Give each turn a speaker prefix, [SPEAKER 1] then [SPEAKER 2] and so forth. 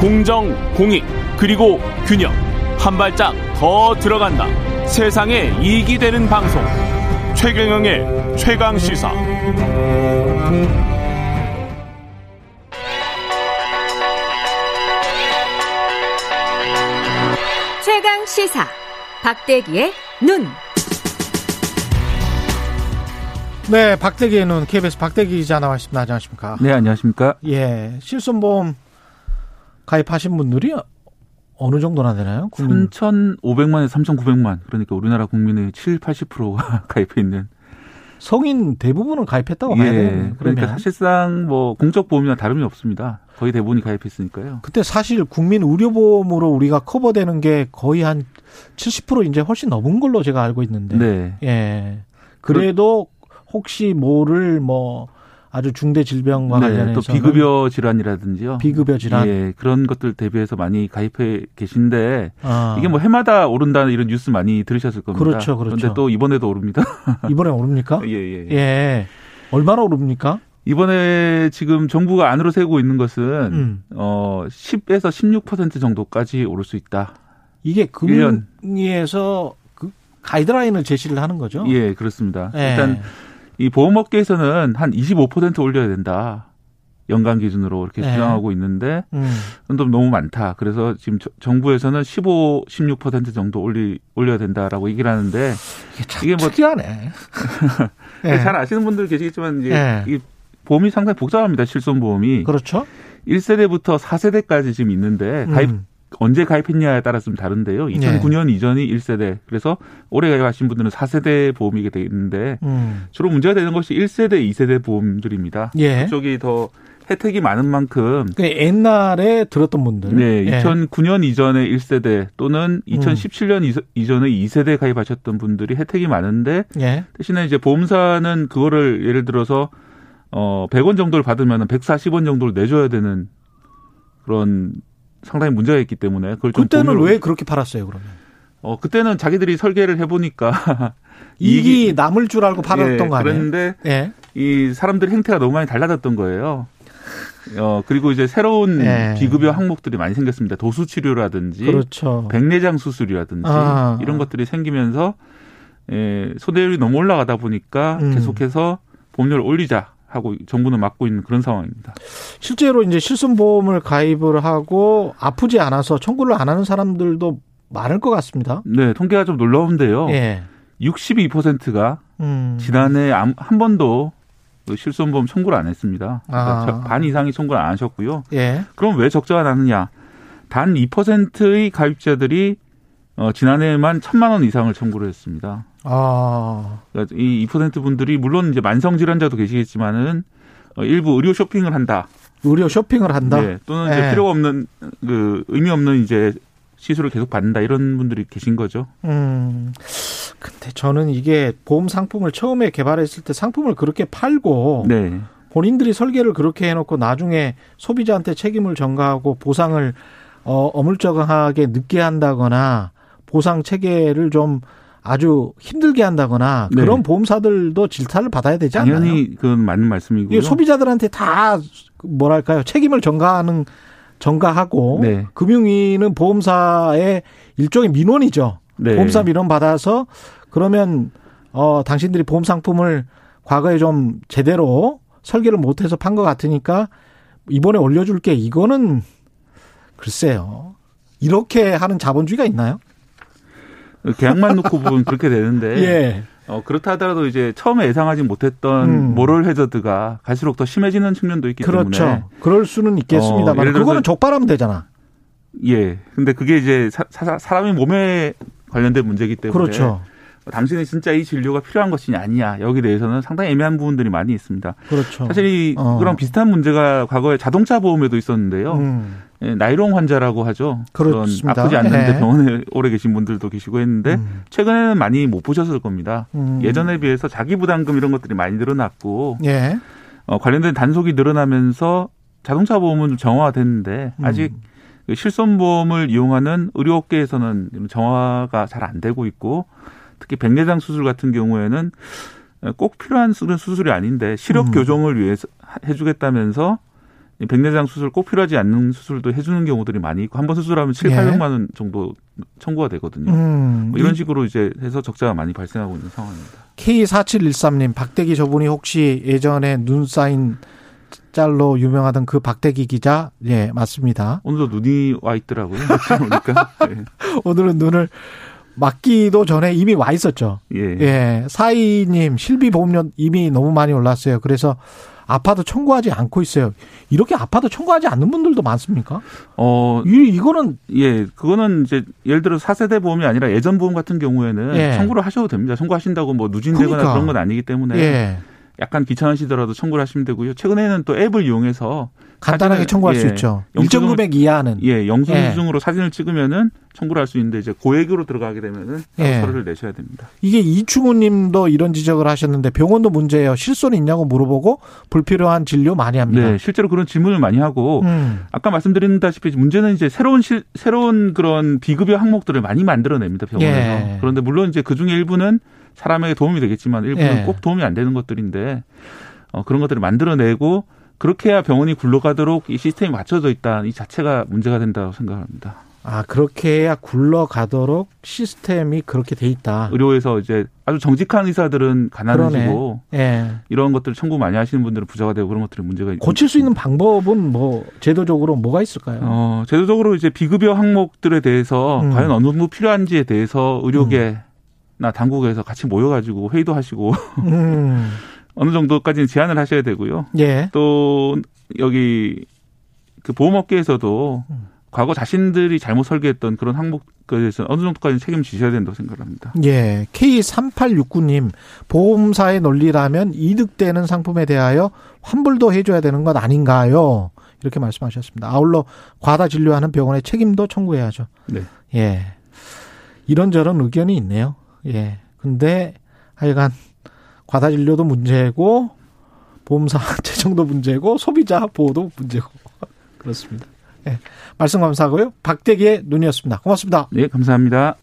[SPEAKER 1] 공정, 공익, 그리고 균형. 한 발짝 더 들어간다. 세상에 이익이 되는 방송. 최경영의 최강 시사.
[SPEAKER 2] 최강 시사 박대기의 눈.
[SPEAKER 3] 네, 박대기의 눈 KBS 박대기 기자 나와 있습니다. 안녕하십니까?
[SPEAKER 4] 네, 안녕하십니까?
[SPEAKER 3] 예, 실손보험 가입하신 분들이 어느 정도나 되나요? 국민
[SPEAKER 4] 3,500만에서 3,900만. 그러니까 우리나라 국민의 7, 80%가 가입해 있는.
[SPEAKER 3] 성인 대부분은 가입했다고 봐야 되는
[SPEAKER 4] 그러니까 사실상 뭐 공적 보험이나 다름이 없습니다. 거의 대부분이 가입했으니까요.
[SPEAKER 3] 그때 사실 국민 의료보험으로 우리가 커버되는 게 거의 한 70% 이제 훨씬 넘은 걸로 제가 알고 있는데.
[SPEAKER 4] 네.
[SPEAKER 3] 예. 그래도 혹시 모를 뭐 아주 중대 질병과
[SPEAKER 4] 네,
[SPEAKER 3] 관련해서
[SPEAKER 4] 또 비급여 질환이라든지요.
[SPEAKER 3] 비급여 질환.
[SPEAKER 4] 예, 그런 것들 대비해서 많이 가입해 계신데
[SPEAKER 3] 아,
[SPEAKER 4] 이게 뭐 해마다 오른다는 이런 뉴스 많이 들으셨을 겁니다.
[SPEAKER 3] 그렇죠, 그렇죠.
[SPEAKER 4] 런데또 이번에도 오릅니다.
[SPEAKER 3] 이번에 오릅니까?
[SPEAKER 4] 예, 예.
[SPEAKER 3] 예. 얼마나 오릅니까?
[SPEAKER 4] 이번에 지금 정부가 안으로 세우고 있는 것은
[SPEAKER 3] 음.
[SPEAKER 4] 어 10에서 16% 정도까지 오를 수 있다.
[SPEAKER 3] 이게
[SPEAKER 4] 일
[SPEAKER 3] 금리에서 그 가이드라인을 제시를 하는 거죠.
[SPEAKER 4] 예, 그렇습니다.
[SPEAKER 3] 예.
[SPEAKER 4] 일단 이 보험업계에서는 한 25% 올려야 된다. 연간 기준으로 이렇게
[SPEAKER 3] 네.
[SPEAKER 4] 주장하고 있는데
[SPEAKER 3] 음.
[SPEAKER 4] 좀 너무 많다. 그래서 지금 저- 정부에서는 15, 16% 정도 올리 올려야 된다라고 얘기를 하는데
[SPEAKER 3] 이게 참
[SPEAKER 4] 이게 뭐-
[SPEAKER 3] 특이하네. 예.
[SPEAKER 4] 잘 아시는 분들 계시겠지만 이제
[SPEAKER 3] 네.
[SPEAKER 4] 이 보험이 상당히 복잡합니다. 실손보험이
[SPEAKER 3] 그렇죠.
[SPEAKER 4] 1세대부터 4세대까지 지금 있는데 예, 가입
[SPEAKER 3] 음.
[SPEAKER 4] 언제 가입했냐에 따라서 좀 다른데요.
[SPEAKER 3] 네.
[SPEAKER 4] 2009년 이전이 1세대. 그래서 올해 가입하신 분들은 4세대 보험이게 되는데
[SPEAKER 3] 음.
[SPEAKER 4] 주로 문제가 되는 것이 1세대, 2세대 보험들입니다.
[SPEAKER 3] 예.
[SPEAKER 4] 그쪽이 더 혜택이 많은 만큼
[SPEAKER 3] 그 옛날에 들었던 분들.
[SPEAKER 4] 네,
[SPEAKER 3] 예.
[SPEAKER 4] 2009년 이전에 1세대
[SPEAKER 3] 음.
[SPEAKER 4] 또는 2017년 이전에 2세대 가입하셨던 분들이 혜택이 많은데
[SPEAKER 3] 예.
[SPEAKER 4] 대신에 이제 보험사는 그거를 예를 들어서 어 100원 정도를 받으면 140원 정도를 내줘야 되는 그런 상당히 문제가 있기 때문에 그걸 좀
[SPEAKER 3] 그때는
[SPEAKER 4] 고민을-
[SPEAKER 3] 왜 그렇게 팔았어요, 그러면?
[SPEAKER 4] 어 그때는 자기들이 설계를 해보니까
[SPEAKER 3] 이익이 남을 줄 알고 팔았던
[SPEAKER 4] 예,
[SPEAKER 3] 거 아니에요?
[SPEAKER 4] 그런데
[SPEAKER 3] 예.
[SPEAKER 4] 이 사람들 의 행태가 너무 많이 달라졌던 거예요. 어 그리고 이제 새로운
[SPEAKER 3] 예.
[SPEAKER 4] 비급여 항목들이 많이 생겼습니다. 도수 치료라든지
[SPEAKER 3] 그렇죠.
[SPEAKER 4] 백내장 수술이라든지
[SPEAKER 3] 아.
[SPEAKER 4] 이런 것들이 생기면서 예, 소대율이 너무 올라가다 보니까
[SPEAKER 3] 음.
[SPEAKER 4] 계속해서 보험료를 올리자 하고 정부는 막고 있는 그런 상황입니다.
[SPEAKER 3] 실제로 이제 실손보험을 가입을 하고 아프지 않아서 청구를 안 하는 사람들도 많을 것 같습니다.
[SPEAKER 4] 네, 통계가 좀 놀라운데요.
[SPEAKER 3] 예.
[SPEAKER 4] 62%가
[SPEAKER 3] 음.
[SPEAKER 4] 어. 지난해 암- 한 번도 그 실손보험 청구를 안 했습니다. 그러니까
[SPEAKER 3] 아.
[SPEAKER 4] 저- 반 이상이 청구를 안 하셨고요.
[SPEAKER 3] 예.
[SPEAKER 4] 그럼 왜 적자가 나느냐? 단 2%의 가입자들이 어, 지난해에만 천만 원 이상을 청구를 했습니다.
[SPEAKER 3] 아.
[SPEAKER 4] 그러니까 이 2% 분들이 물론 이제 만성 질환자도 계시겠지만은 어, 일부 의료 쇼핑을 한다.
[SPEAKER 3] 의료 쇼핑을 한다.
[SPEAKER 4] 네, 또는 이제
[SPEAKER 3] 예.
[SPEAKER 4] 필요가 없는 그 의미 없는 이제 시술을 계속 받는다 이런 분들이 계신 거죠.
[SPEAKER 3] 음. 근데 저는 이게 보험 상품을 처음에 개발했을 때 상품을 그렇게 팔고
[SPEAKER 4] 네.
[SPEAKER 3] 본인들이 설계를 그렇게 해놓고 나중에 소비자한테 책임을 전가하고 보상을 어, 어물쩍하게 늦게 한다거나 보상 체계를 좀 아주 힘들게 한다거나
[SPEAKER 4] 네.
[SPEAKER 3] 그런 보험사들도 질타를 받아야 되지 않나요?
[SPEAKER 4] 당연히 그건 맞는 말씀이고요.
[SPEAKER 3] 이게 소비자들한테 다 뭐랄까요 책임을 전가하는 전가하고
[SPEAKER 4] 네.
[SPEAKER 3] 금융위는 보험사의 일종의 민원이죠.
[SPEAKER 4] 네.
[SPEAKER 3] 보험사 민원 받아서 그러면 어 당신들이 보험 상품을 과거에 좀 제대로 설계를 못해서 판 것 같으니까 이번에 올려줄게 이거는 글쎄요 이렇게 하는 자본주의가 있나요?
[SPEAKER 4] 그 계약만 놓고 보면 그렇게 되는데
[SPEAKER 3] 예.
[SPEAKER 4] 어, 그렇다 하더라도 이제 처음에 예상하지 못했던
[SPEAKER 3] 음.
[SPEAKER 4] 모럴 해저드가 갈수록 더 심해지는 측면도 있기 때문에
[SPEAKER 3] 그렇죠. 그럴 수는
[SPEAKER 4] 어,
[SPEAKER 3] 있겠습니다만
[SPEAKER 4] 예를 들어서-
[SPEAKER 3] 그거는 적발하면 되잖아.
[SPEAKER 4] 예 근데 그게 이제 사, 사, 사람의 몸에 관련된 문제이기 때문에
[SPEAKER 3] 그렇죠.
[SPEAKER 4] 당신이 진짜 이 진료가 필요한 것이냐 아니냐 여기 대해서는 상당히 애매한 부분들이 많이 있습니다.
[SPEAKER 3] 그렇죠.
[SPEAKER 4] 네. 사실 이
[SPEAKER 3] 어.
[SPEAKER 4] 그런 비슷한 문제가 과거에 자동차 보험에도 있었는데요.
[SPEAKER 3] 음.
[SPEAKER 4] 예, 나이롱 환자라고 하죠.
[SPEAKER 3] 그렇습니다.
[SPEAKER 4] 그런 아프지 않는데
[SPEAKER 3] 예.
[SPEAKER 4] 병원에 오래 계신 분들도 계시고 했는데
[SPEAKER 3] 음.
[SPEAKER 4] 최근에는 많이 못 보셨을 겁니다.
[SPEAKER 3] 음.
[SPEAKER 4] 예전에 비해서 자기 부담금 이런 것들이 많이 늘어났고
[SPEAKER 3] 예.
[SPEAKER 4] 어, 관련된 단속이 늘어나면서 자동차 보험은 좀 정화됐는데
[SPEAKER 3] 음.
[SPEAKER 4] 아직 그 실손보험을 이용하는 의료업계에서는 이런 정화가 잘 안 되고 있고 특히 백내장 수술 같은 경우에는 꼭 필요한 수술은 수술이 아닌데 시력
[SPEAKER 3] 음.
[SPEAKER 4] 교정을 위해서 해주겠다면서 이 백내장 수술 꼭 필요하지 않는 수술도 해주는 경우들이 많이 있고 한 번 수술하면 7,
[SPEAKER 3] 예.
[SPEAKER 4] 800만 원 정도 청구가 되거든요.
[SPEAKER 3] 음.
[SPEAKER 4] 뭐 이런 식으로 이제 해서 적자가 많이 발생하고 있는 상황입니다.
[SPEAKER 3] K4713님, 박대기 저분이 혹시 예전에 눈 쌓인 짤로 유명하던 그 박대기 기자? 예, 맞습니다.
[SPEAKER 4] 오늘도 눈이 와 있더라고요. 아침 오니까.
[SPEAKER 3] 오늘은 눈을 맞기도 전에 이미 와 있었죠.
[SPEAKER 4] 예. 예.
[SPEAKER 3] 예, 사이님, 실비보험료 이미 너무 많이 올랐어요. 그래서 아파도 청구하지 않고 있어요. 이렇게 아파도 청구하지 않는 분들도 많습니까?
[SPEAKER 4] 어,
[SPEAKER 3] 이, 이거는,
[SPEAKER 4] 예, 그거는 이제 예를 들어 4세대 보험이 아니라 예전 보험 같은 경우에는
[SPEAKER 3] 예.
[SPEAKER 4] 청구를 하셔도 됩니다. 청구하신다고 뭐 누진되거나
[SPEAKER 3] 그러니까.
[SPEAKER 4] 그런 건 아니기 때문에
[SPEAKER 3] 예,
[SPEAKER 4] 약간 귀찮으시더라도 청구를 하시면 되고요. 최근에는 또 앱을 이용해서
[SPEAKER 3] 간단하게
[SPEAKER 4] 사진을-
[SPEAKER 3] 청구할 수
[SPEAKER 4] 예,
[SPEAKER 3] 있죠.
[SPEAKER 4] 영수증을-
[SPEAKER 3] 일정 금액 이하는.
[SPEAKER 4] 예,
[SPEAKER 3] 예.
[SPEAKER 4] 영수증으로 사진을 찍으면은 청구를 할 수 있는데 이제 고액으로 들어가게 되면은
[SPEAKER 3] 예.
[SPEAKER 4] 서류를 내셔야 됩니다.
[SPEAKER 3] 이게 이충우 님도 이런 지적을 하셨는데 병원도 문제예요. 실손 있냐고 물어보고 불필요한 진료 많이 합니다.
[SPEAKER 4] 네, 실제로 그런 질문을 많이 하고
[SPEAKER 3] 음.
[SPEAKER 4] 아까 말씀드린다시피 문제는 이제 새로운 실, 새로운 그런 비급여 항목들을 많이 만들어냅니다 병원에서.
[SPEAKER 3] 예.
[SPEAKER 4] 그런데 물론 이제 그 중에 일부는 사람에게 도움이 되겠지만 일부는
[SPEAKER 3] 예.
[SPEAKER 4] 꼭 도움이 안 되는 것들인데 어, 그런 것들을 만들어내고 그렇게 해야 병원이 굴러가도록 이 시스템이 맞춰져 있다 이 자체가 문제가 된다고 생각합니다.
[SPEAKER 3] 아, 그렇게 해야 굴러가도록 시스템이 그렇게 돼 있다.
[SPEAKER 4] 의료에서 이제 아주 정직한 의사들은 가난해지고
[SPEAKER 3] 예.
[SPEAKER 4] 이런 것들 을 청구 많이 하시는 분들은 부자가 되고 그런 것들이 문제가
[SPEAKER 3] 고칠 수 있는 방법은 뭐 제도적으로 뭐가 있을까요?
[SPEAKER 4] 어, 제도적으로 이제 비급여 항목들에 대해서
[SPEAKER 3] 음.
[SPEAKER 4] 과연 어느 정도 필요한지에 대해서 의료계나 당국에서 같이 모여가지고 회의도 하시고
[SPEAKER 3] 음.
[SPEAKER 4] 어느 정도까지는 제안을 하셔야 되고요.
[SPEAKER 3] 예.
[SPEAKER 4] 또 여기 그 보험업계에서도 과거 자신들이 잘못 설계했던 그런 항목에 대해서 어느 정도까지는 책임지셔야 된다고 생각합니다.
[SPEAKER 3] 예. K3869님, 보험사의 논리라면 이득되는 상품에 대하여 환불도 해줘야 되는 것 아닌가요? 이렇게 말씀하셨습니다. 아울러 과다 진료하는 병원의 책임도 청구해야죠.
[SPEAKER 4] 네.
[SPEAKER 3] 예. 이런저런 의견이 있네요. 예. 근데 하여간 과다 진료도 문제고, 보험사 재정도 문제고, 소비자 보호도 문제고. 그렇습니다. 예. 말씀 감사하고요. 박대기의 눈이었습니다. 고맙습니다.
[SPEAKER 4] 네, 감사합니다.